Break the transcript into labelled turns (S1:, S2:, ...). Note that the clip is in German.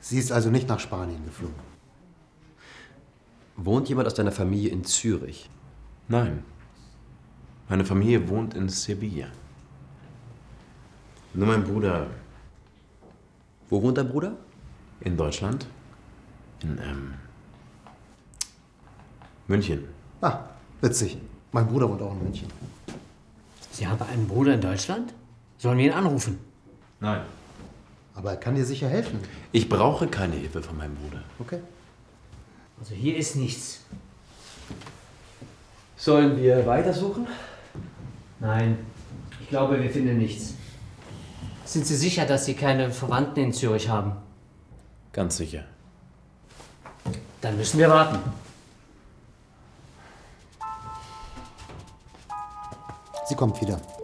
S1: Sie ist also nicht nach Spanien geflogen.
S2: Wohnt jemand aus deiner Familie in Zürich?
S3: Nein. Meine Familie wohnt in Sevilla. Nur mein Bruder
S2: Wo wohnt dein Bruder?
S3: in Deutschland. In ähm, München.
S1: Ah, witzig. Mein Bruder wohnt auch in München.
S4: Sie haben einen Bruder in Deutschland? Sollen wir ihn anrufen?
S3: Nein.
S1: Aber er kann dir sicher helfen.
S3: Ich brauche keine Hilfe von meinem Bruder.
S1: Okay.
S4: Also hier ist nichts.
S2: Sollen wir weitersuchen?
S4: Nein, ich glaube, wir finden nichts. Sind Sie sicher, dass Sie keine Verwandten in Zürich haben?
S3: Ganz sicher.
S4: Dann müssen wir warten.
S1: Sie kommt wieder.